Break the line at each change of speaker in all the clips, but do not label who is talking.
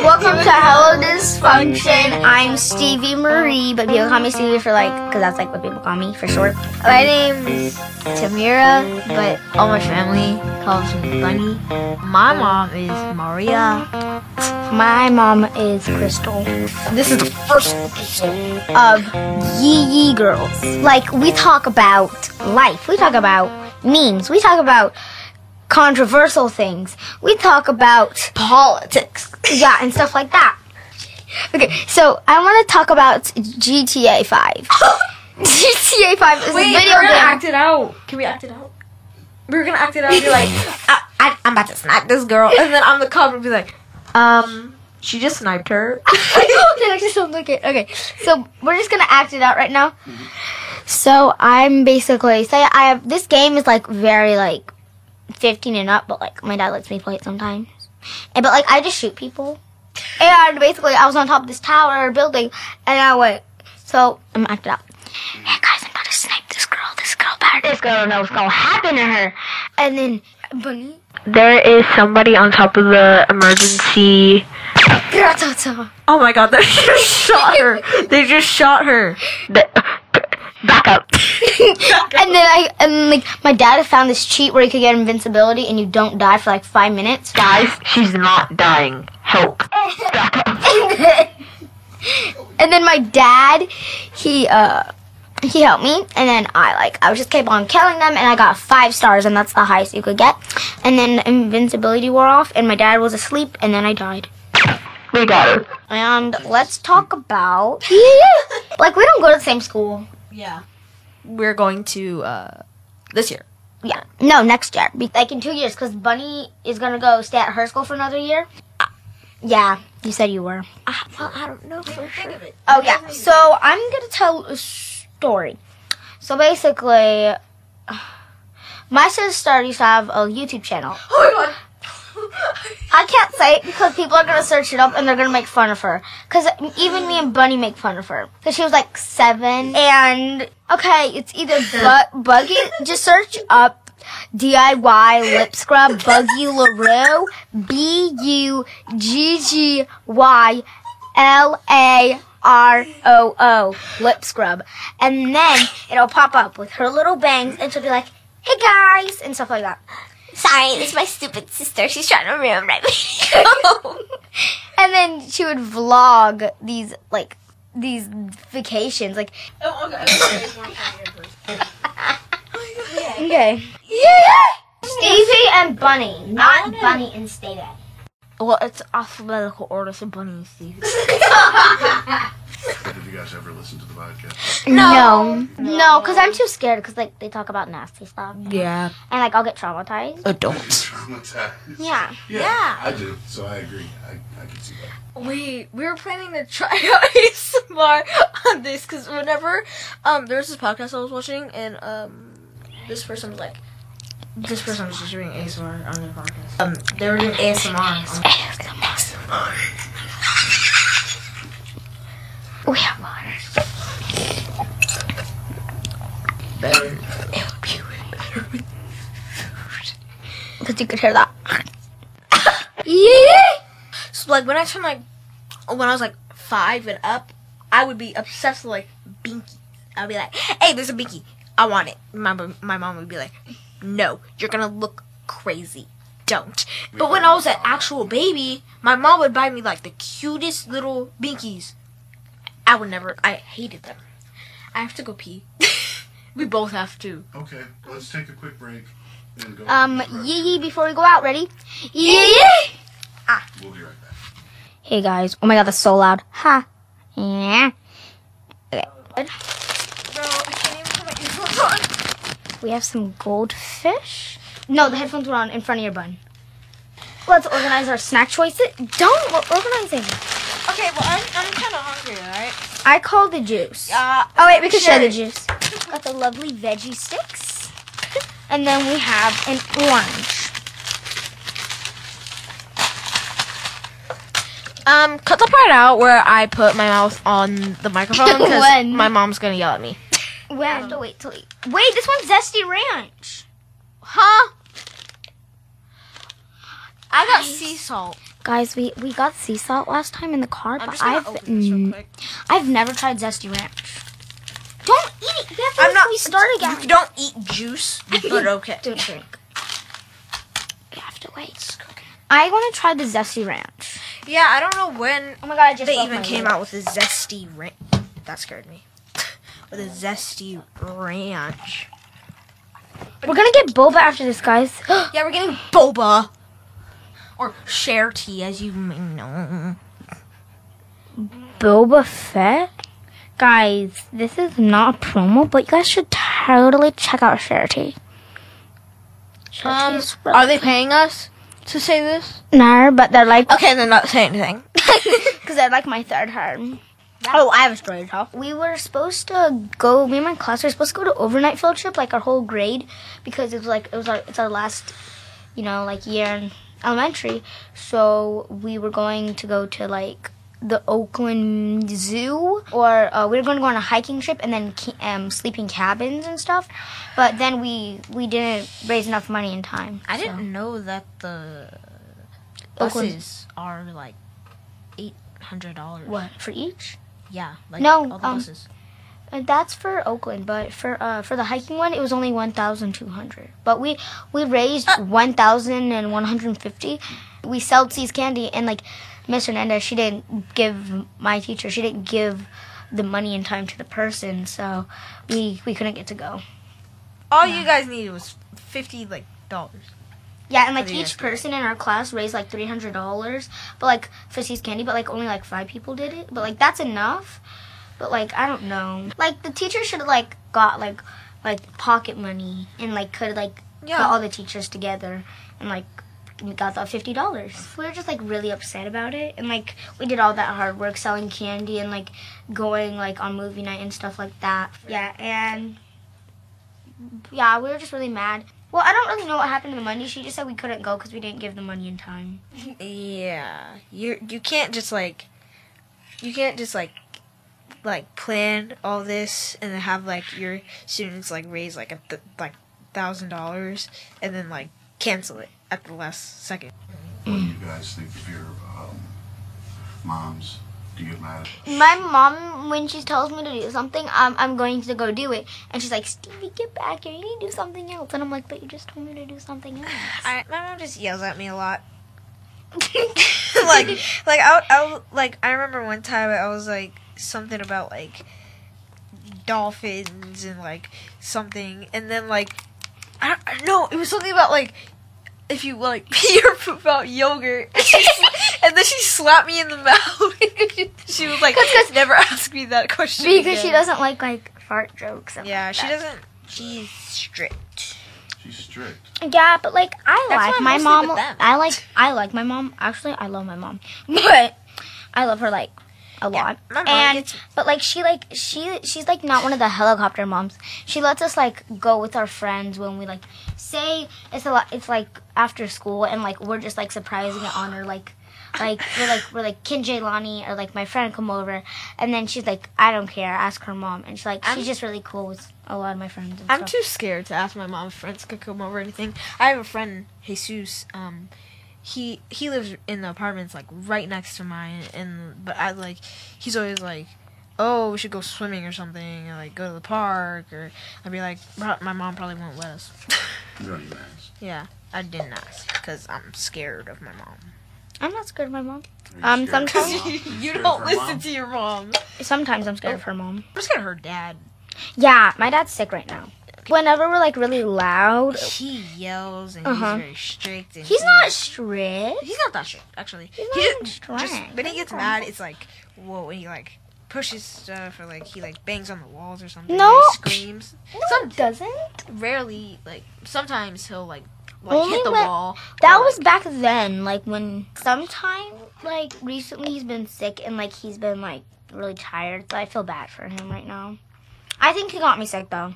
Welcome to Hello Dysfunction. I'm Stevie Marie, but people call me Stevie for like, because that's like what people call me for short.
My name's Tamira, but all my family calls me Bunny. My mom is Maria.
My mom is Crystal.
This is the first episode
of Yee Yee Girls. Like, we talk about life, we talk about memes, we talk about controversial things, we talk about
politics.
yeah, and stuff like that. Okay, so I want to talk about GTA 5. GTA 5 is a video game.
it out. Can we act it out? We're gonna act it out. Be like, I, I, I'm about to snipe this girl, and then on the cover be like, um, she just sniped her.
that actually sounds like it. Okay, so we're just gonna act it out right now. So I'm basically say I have this game is like very like 15 and up, but like my dad lets me play it sometimes. And but like I just shoot people. And basically I was on top of this tower building, and I went. So I'm acting out. Hey guys, I'm about to snipe this girl. This girl bad. This girl don't know what's gonna happen to her. And then bunny.
There is somebody on top of the emergency.
Oh my god, they just shot her. They just shot her.
The, back up.
and then I and like my dad had found this cheat where you could get invincibility and you don't die for like five minutes.
Guys, she's not dying. Help. Back up.
and then my dad, he uh he helped me and then I like I just kept on killing them and I got five stars and that's the highest you could get. And then the invincibility wore off and my dad was asleep and then I died.
We got her.
And let's talk about yeah, yeah. like we don't go to the same school.
Yeah. We're going to uh this year.
Yeah, no, next year, Be- like in two years, because Bunny is gonna go stay at her school for another year. Uh, Yeah, you said you were.
Uh, Well, I don't know for sure.
Oh yeah. So I'm gonna tell a story. So basically, my sister used to have a YouTube channel.
Oh my
I can't say it because people are gonna search it up and they're gonna make fun of her. Cause even me and Bunny make fun of her. Cause she was like seven and okay, it's either bu- buggy. Just search up DIY lip scrub buggy Larue B U G G Y L A R O O lip scrub, and then it'll pop up with her little bangs and she'll be like, "Hey guys," and stuff like that.
Sorry, this is my stupid sister. She's trying to ruin my
and then she would vlog these like these vacations like okay stevie and bunny not bunny and stevie
Well, it's alphabetical order, so bunny Steve.
Did you guys ever listen to the podcast?
no no because i'm too scared because like they talk about nasty stuff
Yeah.
and like i'll get traumatized
Adults.
Traumatized.
yeah
yeah. I do. So I agree. I, I can see that.
Wait, we were planning to try out ASMR on this because whenever um there was this podcast I was watching and um this person was like this person was just doing ASMR on their podcast. Um, they were doing ASMR. on-
we have water
Better.
because you could hear that yeah
So like when I turned like when I was like five and up, I would be obsessed with like binky. I'd be like, hey, there's a binky. I want it. My my mom would be like, no, you're gonna look crazy. Don't. But when I was an actual baby, my mom would buy me like the cutest little binkies. I would never. I hated them. I have to go pee. we both have to.
Okay, let's take a quick break and go.
um
Right.
yee yee before we go out ready yee yee
We'll be right back.
Hey guys. Oh my god, that's so loud. Ha. Yeah.
Bro, I can't even put my earphones on.
We have some goldfish. No, the headphones were on in front of your bun. Let's organize our snack choices. Don't, we're organizing.
Okay, well I'm I'm kind of hungry. All right.
I call the juice.
Uh,
oh wait, we could share the
sure.
juice. Got the lovely veggie sticks. And then we have an orange.
Um, cut the part out where I put my mouth on the microphone because
When?
my mom's gonna yell at me.
We have to wait till we... Wait, this one's Zesty Ranch.
Huh? I got sea salt.
Guys, we, we got sea salt last time in the car,
I'm
but
just gonna
I've
open this real
n-
quick.
I've never tried zesty ranch. Don't eat it. We have to
I'm not.
we start again.
You don't eat juice, but okay.
Don't drink. We have to wait. I want to try the zesty ranch.
Yeah, I don't know when
Oh my god, I just
they even came out with a zesty ranch. That scared me. with a zesty ranch.
We're gonna get boba after this, guys.
Yeah, we're getting boba. Or share tea, as you may know.
Boba Fett? Guys, this is not a promo, but you guys should totally check out Charity.
Um,
Charity's really-
they paying us to say this?
no, but they're like
Okay, they're not saying anything.
because they're like my third harm.
Oh, I have a story to tell.
We were supposed to go. Me and my class were supposed to go to overnight field trip, like our whole grade, because it was like it was our it's our last, you know, like year in elementary. So we were going to go to like the Oakland Zoo, or uh, we were going to go on a hiking trip and then ca- um, sleeping cabins and stuff. But then we we didn't raise enough money in time.
I didn't know that the
Oakland-
buses are like eight hundred dollars.
What for each?
Yeah. Like
No,
All the
um,
buses.
Uh, That's for Oakland, but for uh, for the hiking one, it was only one thousand two hundred. But we we raised one thousand and one hundred fifty. We sold C's candy, and like Miss Hernandez, she didn't give my teacher, she didn't give the money and time to the person, so we we couldn't get to go.
All you guys needed was fifty like dollars.
Yeah, and like
do you guys
each
do?
person in our class raised like three hundred dollars, but like for C's candy, but like only like five people did it. But like that's enough. But like I don't know. Like the teacher should have like got like like pocket money and like could like
Yeah.
got all the teachers together and like we got that fifty dollars. We were just like really upset about it and like we did all that hard work selling candy and like going like on movie night and stuff like that. Yeah, and yeah, we were just really mad. Well, I don't really know what happened to the money. She just said we couldn't go because we didn't give the money in time.
Yeah, you you can't just like, you can't just like, like plan all this and then have like your students like raise like a th- like thousand dollars and then like cancel it at the last second.
What do you guys think of your um, moms? Do you get mad at
My mom, when she tells me to do something, I'm, I'm going to go do it. And she's like, Stevie, get back here. You need to do something else. And I'm like, but you just told me to do something else.
I, my mom just yells at me a lot. like, like I, I, like I remember one time I was like something about like dolphins and like something, and then like I, I don't know, it was something about like if you like pee or poop out yogurt, and, she sla- and then she slapped me in the mouth. she was like, never ask me that question
Because she
again."
doesn't like, like, fart jokes. and
Yeah,
like
she
that.
doesn't. She's strict.
She's strict.
Yeah, but like I
That's why
like
I'm
my
mostly
mom.
with them.
I like I like my mom. Actually, I love my mom, but I love her like a
Yeah,
lot.
my mom
and
gets-
but like she like she she's like not one of the helicopter moms. She lets us like go with our friends when we like say it's a lot. It's like after school and like we're just like surprising it on her like. Like we're like we're like Kin Lani or like my friend come over and then she's like I don't care ask her mom and she's like she's just really cool with a lot of my friends. And
I'm
stuff.
too scared to ask my mom if friends could come over or anything. I have a friend, Jesus. Um, he he lives in the apartments like right next to mine, and but I like he's always like, oh, we should go swimming or something, or like go to the park, or I'd be like, "Bro- my mom probably won't let us.
You don't even ask.
yeah, I didn't ask because I'm scared of my mom.
I'm not scared of my mom.
Are you
Um,
scared of her
sometimes-
mom?
you
scared of
don't
her
listen
mom?
to your mom.
Sometimes I'm scared of her mom.
I'm scared of her dad.
Oh. Yeah, my dad's sick right now. Whenever we're like really loud,
He yells and
Uh-huh.
he's very strict. And
he's
he-
not strict.
He's not that strict, actually.
He's
he
not
just,
even
just
strict.
when he gets mad, it's like whoa, when he like pushes stuff or like he like bangs on the walls or something.
No.
or screams.
No, he doesn't.
Rarely, like sometimes he'll like like
Only
hit the
when-
wall.
That
or,
was
like-
back then, like when sometime, like recently he's been sick and like he's been like really tired, so I feel bad for him right now. I think he got me sick though.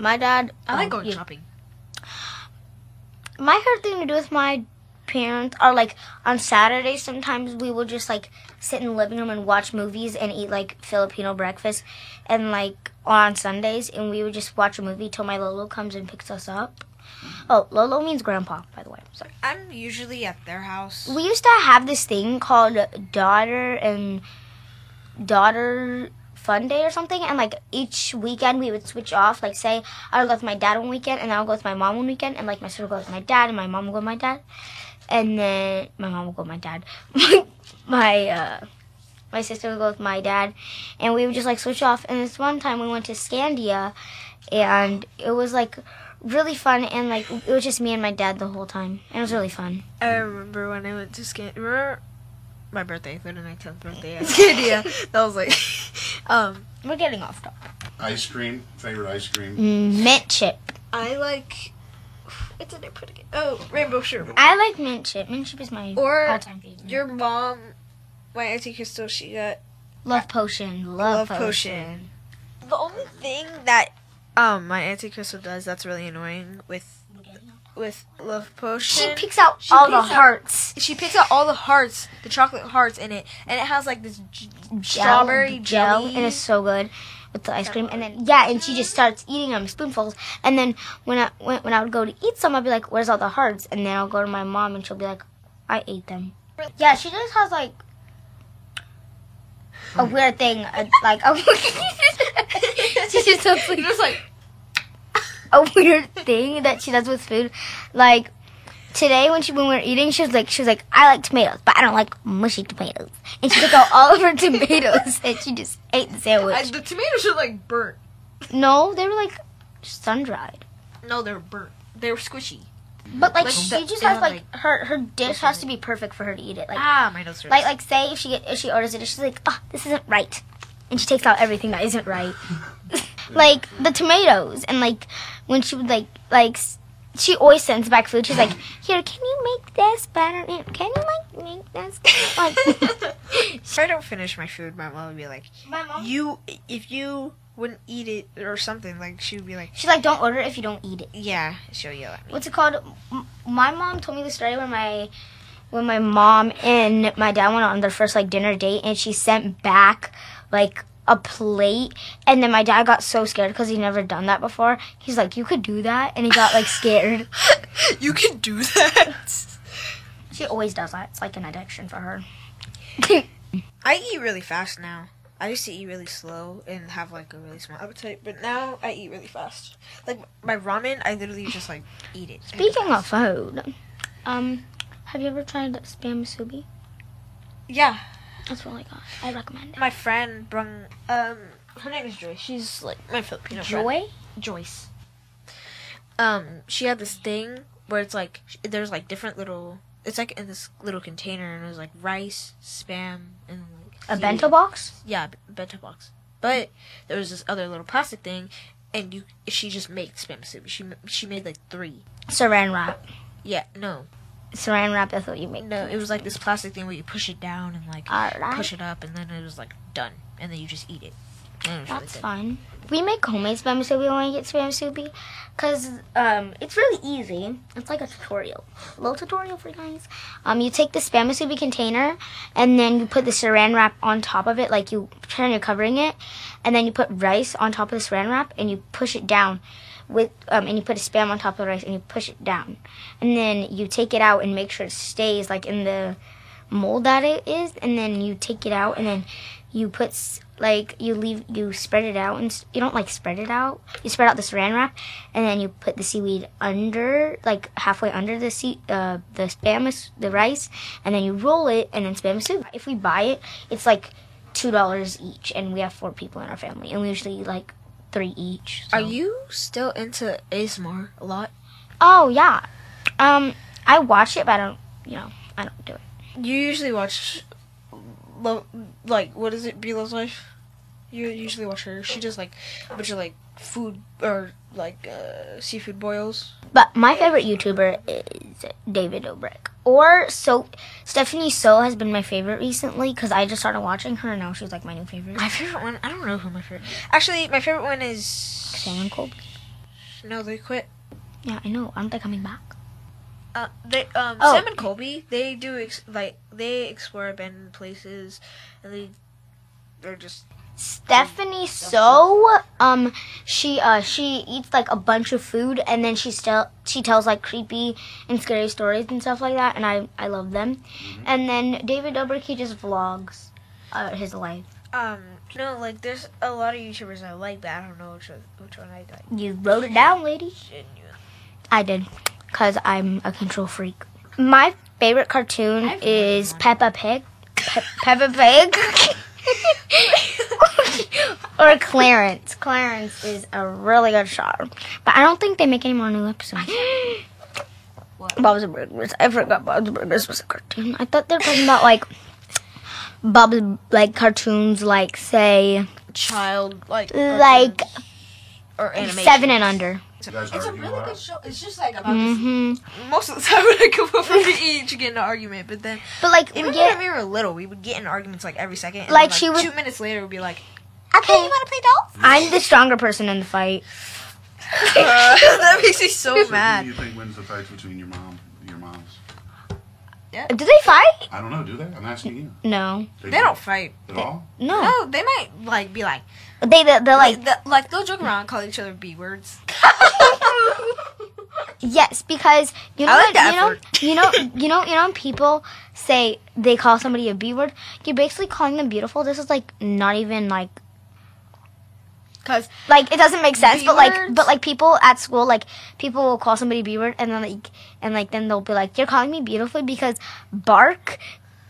My dad.
I like
um,
going
yeah.
shopping.
my favorite thing to do with my parents are like on Saturdays sometimes we will just like sit in the living room and watch movies and eat like Filipino breakfast and like on Sundays and we would just watch a movie till my Lolo comes and picks us up. Oh, Lolo means grandpa, by the way. Sorry.
I'm usually at their house.
We used to have this thing called daughter and daughter fun day or something, and like each weekend we would switch off. Like say I would go with my dad one weekend, and I would go with my mom one weekend, and like my sister would go with my dad, and my mom would go with my dad, and then my mom would go with my dad. my my uh, my sister would go with my dad, and we would just like switch off. And this one time we went to Scandia, and it was like really fun, and like it was just me and my dad the whole time, and it was really fun.
I remember when I went to Scan. Remember my birthday, the 19th birthday. Yeah, that was like, um,
We're getting off topic.
Ice cream, favorite ice cream.
Mint chip.
I like. What did I put again? Oh, rainbow sherbet.
I like mint chip. Mint chip is my
Or
all-time favorite.
Your mom, my auntie Crystal, she uh, got
love potion. Love,
love potion. The only thing that um my auntie Crystal does that's really annoying with with love
She
potion.
picks out
She
all
picks
the
out-
hearts.
she picks out all the hearts, the chocolate hearts in it, and it has like this j- strawberry
gel,
jelly.
and it's so good with the ice cream. And then yeah, and she just starts eating them spoonfuls. And then when I when, when I would go to eat some, I'd be like, "Where's all the hearts?" And then I'll go to my mom, and she'll be like, "I ate them." Yeah, she just has like a weird thing, uh, like a she just has like,
Just like
a weird thing that she does with food. Like today when she when we were eating, she was like she was like, I like tomatoes, but I don't like mushy tomatoes. And she took out all of her tomatoes and she just ate the sandwich.
I, the tomatoes are like burnt.
no, they were like sun dried.
No, they're burnt. They're squishy.
But like,
Like
she
the-
just
they
has
were,
like,
like,
her her dish has to be perfect for her to eat it. Like
Ah, my nose
like like say if she get if she orders it, she's like, oh, this isn't right, and she takes out everything that isn't right, like the tomatoes, and like when she would like like s- she always sends back food. She's like, here, can you make this better? Can you like make this like?
if I don't finish my food, my mom would be like,
My mom.
"You, if you wouldn't eat it or something, like she would be like,
She's like, don't order it if you don't eat it.
yeah, she'll yell at me."
What's it called? M- My mom told me the story when my when my mom and my dad went on their first like dinner date, and she sent back like a plate, and then my dad got so scared because he never done that before. He's like, "You could do that," and he got like scared.
you can do that.
She always does that. It's like an addiction for her.
I eat really fast now. I used to eat really slow and have like a really small appetite, but now I eat really fast. Like my ramen, I literally just like eat it.
Speaking of food, um, have you ever tried spam musubi?
yeah,
That's really good. I recommend it.
my friend brung um her name is Joyce. She's like my Filipino friend.
Joy.
Joyce. Um, she had this thing where it's like sh- there's like different little. It's like in this little container, and it was like rice, spam, and like
A
seaweed.
bento box?
Yeah, b- bento box. But there was this other little plastic thing, and you she just made spam soup. She m- she made like three.
Saran wrap.
Yeah, no,
Saran wrap, that's what you make.
no, it was like this plastic thing where you push it down and like
Alright.
push it up, and then it was like done, and then you just eat it. And it was really
That's
good.
fun. We make homemade spam musubi when we get spam musubi, cause um, it's really easy. It's like a tutorial, a little tutorial for you guys. Um, you take the spam musubi container, and then you put the saran wrap on top of it, like you pretend you're covering it, and then you put rice on top of the saran wrap, and you push it down. With um, and you put a spam on top of the rice and you push it down, and then you take it out and make sure it stays like in the mold that it is, and then you take it out, and then you put s- like you leave you spread it out, and s- you don't like spread it out. You spread out the saran wrap, and then you put the seaweed under, like halfway under the sea, uh, the spam, is- the rice, and then you roll it, and then spam is soup. If we buy it, it's like two dollars each, and we have four people in our family, and we usually eat, like three each.
Are you still into ASMR a lot?
Oh yeah, um, I watch it, but I don't, you know, I don't do it.
You usually watch, Lo- like, what is it, Be Love's Life? You usually watch her. She does, like, a bunch of, like, food or, like, uh, seafood boils.
But my favorite YouTuber is David Dobrik. Or so Stephanie So has been my favorite recently because I just started watching her and now she's like my new favorite.
My favorite one, I don't know who my favorite. Actually, my favorite one is.
Sam and Colby.
No, they quit.
Yeah, I know. Aren't they coming back?
Uh, they, um,
Oh.
Sam and Colby, they do, ex- like, they explore abandoned places and they. They're just
Stephanie so um she uh she eats like a bunch of food and then she still she tells like creepy and scary stories and stuff like that and I I love them. And then David Dobrik he just vlogs uh, his life.
Um, no, like there's a lot of YouTubers I like, but I don't know which one, which one I like.
You wrote it down, lady.
Genuine.
I did cuz I'm a control freak. My favorite cartoon is Peppa Pig. Pe- Peppa Pig. or Clarence. Clarence is a really good show. But I don't think they make any more new episodes. Bob's Burgers. I forgot Bob's Burgers was a cartoon. I thought they were talking about like Bob's like cartoons like say
Child like cartoons
like
or animation.
seven and under.
You guys
It's a
argue a
really
lot?
good show. It's just like about
hmm
this. Most of the time when I come over to eat, you get in an argument, but then
But like
even
yeah,
when we were little, we would get in arguments like every second. And
Like,
then,
she would-
two minutes later, we'd be like,
okay, you wanna play dolls? I'm the stronger person in the fight.
uh, that makes me so
So
mad.
Who do you think wins the fights between your mom, your moms?
Do they fight?
I don't know. Do they? I'm asking you.
No,
They don't fight.
at all.
no.
No, they might like be like
Oh, They they're, they're Oh. like
like the, like they'll joke around, and call each other b words.
Yes, because you know,
I like
what-
the
you know, you know, you know, you know, when people say they call somebody a B word. You're basically calling them beautiful. This is like not even like
'Cause
like it doesn't make sense. But like,
B-words?
but like people at school, like people will call somebody B word, and then like, and like then they'll be like, "You're calling me beautiful because bark,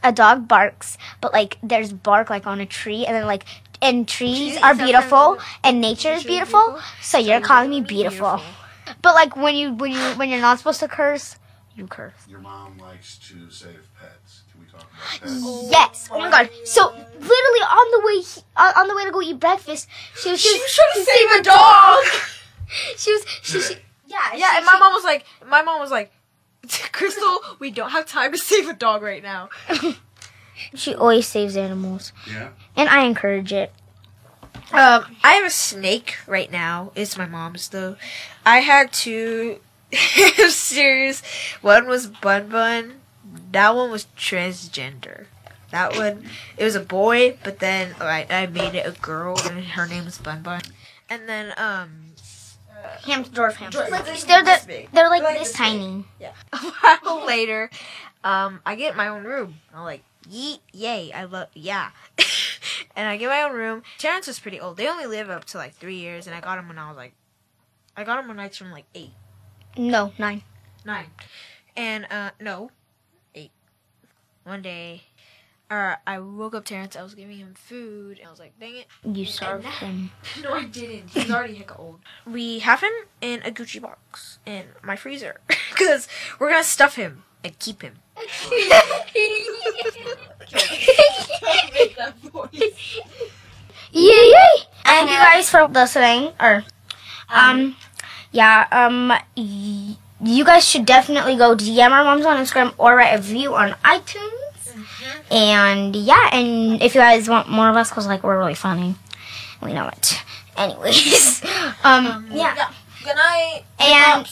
a dog barks, but like there's bark like on a tree, and then like." And trees
Trees
are
are
beautiful,
kind of-
and nature is
nature is
beautiful.
beautiful,
So you're calling me beautiful. But like when you when you when you're not supposed to curse, you curse.
Your mom likes to save pets. Can we talk about pets?
Yes. Oh my god. So literally on the way he, uh, on the way to go eat breakfast, she was she, was,
should save a dog.
she was she, she yeah
Yeah,
she-
and my
she-
mom was like, my mom was like, Crystal, we don't have time to save a dog right now.
she always saves animals,
Yeah.
and I encourage it.
Um, I have a snake right now. It's my mom's though. I had two hamsters. One was Bun Bun. That one was transgender. That one, it was a boy, but then I, I made it a girl, and her name was Bun Bun. And then um,
Hamster, dwarf hamster.
Like,
they're
this
the,
big.
they're like,
Like
this,
this
tiny.
a while later, um, I get my own room. I'm like, yeet, yay, I love, yeah. and I get my own room. Terrence was pretty old. They only live up to like three years, and I got him when I was like, I got him when I turned like eight,
No, nine.
nine. And, uh, no, eight. One day, uh, I woke up Terrence, I was giving him food, and I was like, dang it.
You starved him.
No, I didn't. He's already hecka old. We have him in a Gucci box in my freezer because we're gonna stuff him and keep him.
Yay! yay. Thank you guys for listening. Or, um, yeah, um, y- you guys should definitely go DM our moms on Instagram or write a review on iTunes. And yeah, and if you guys want more of us, cause like we're really funny, we know it. Anyways, um, yeah,
Good night.
and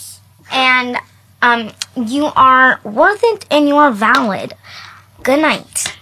and um, you are worth it and you are valid. Good night.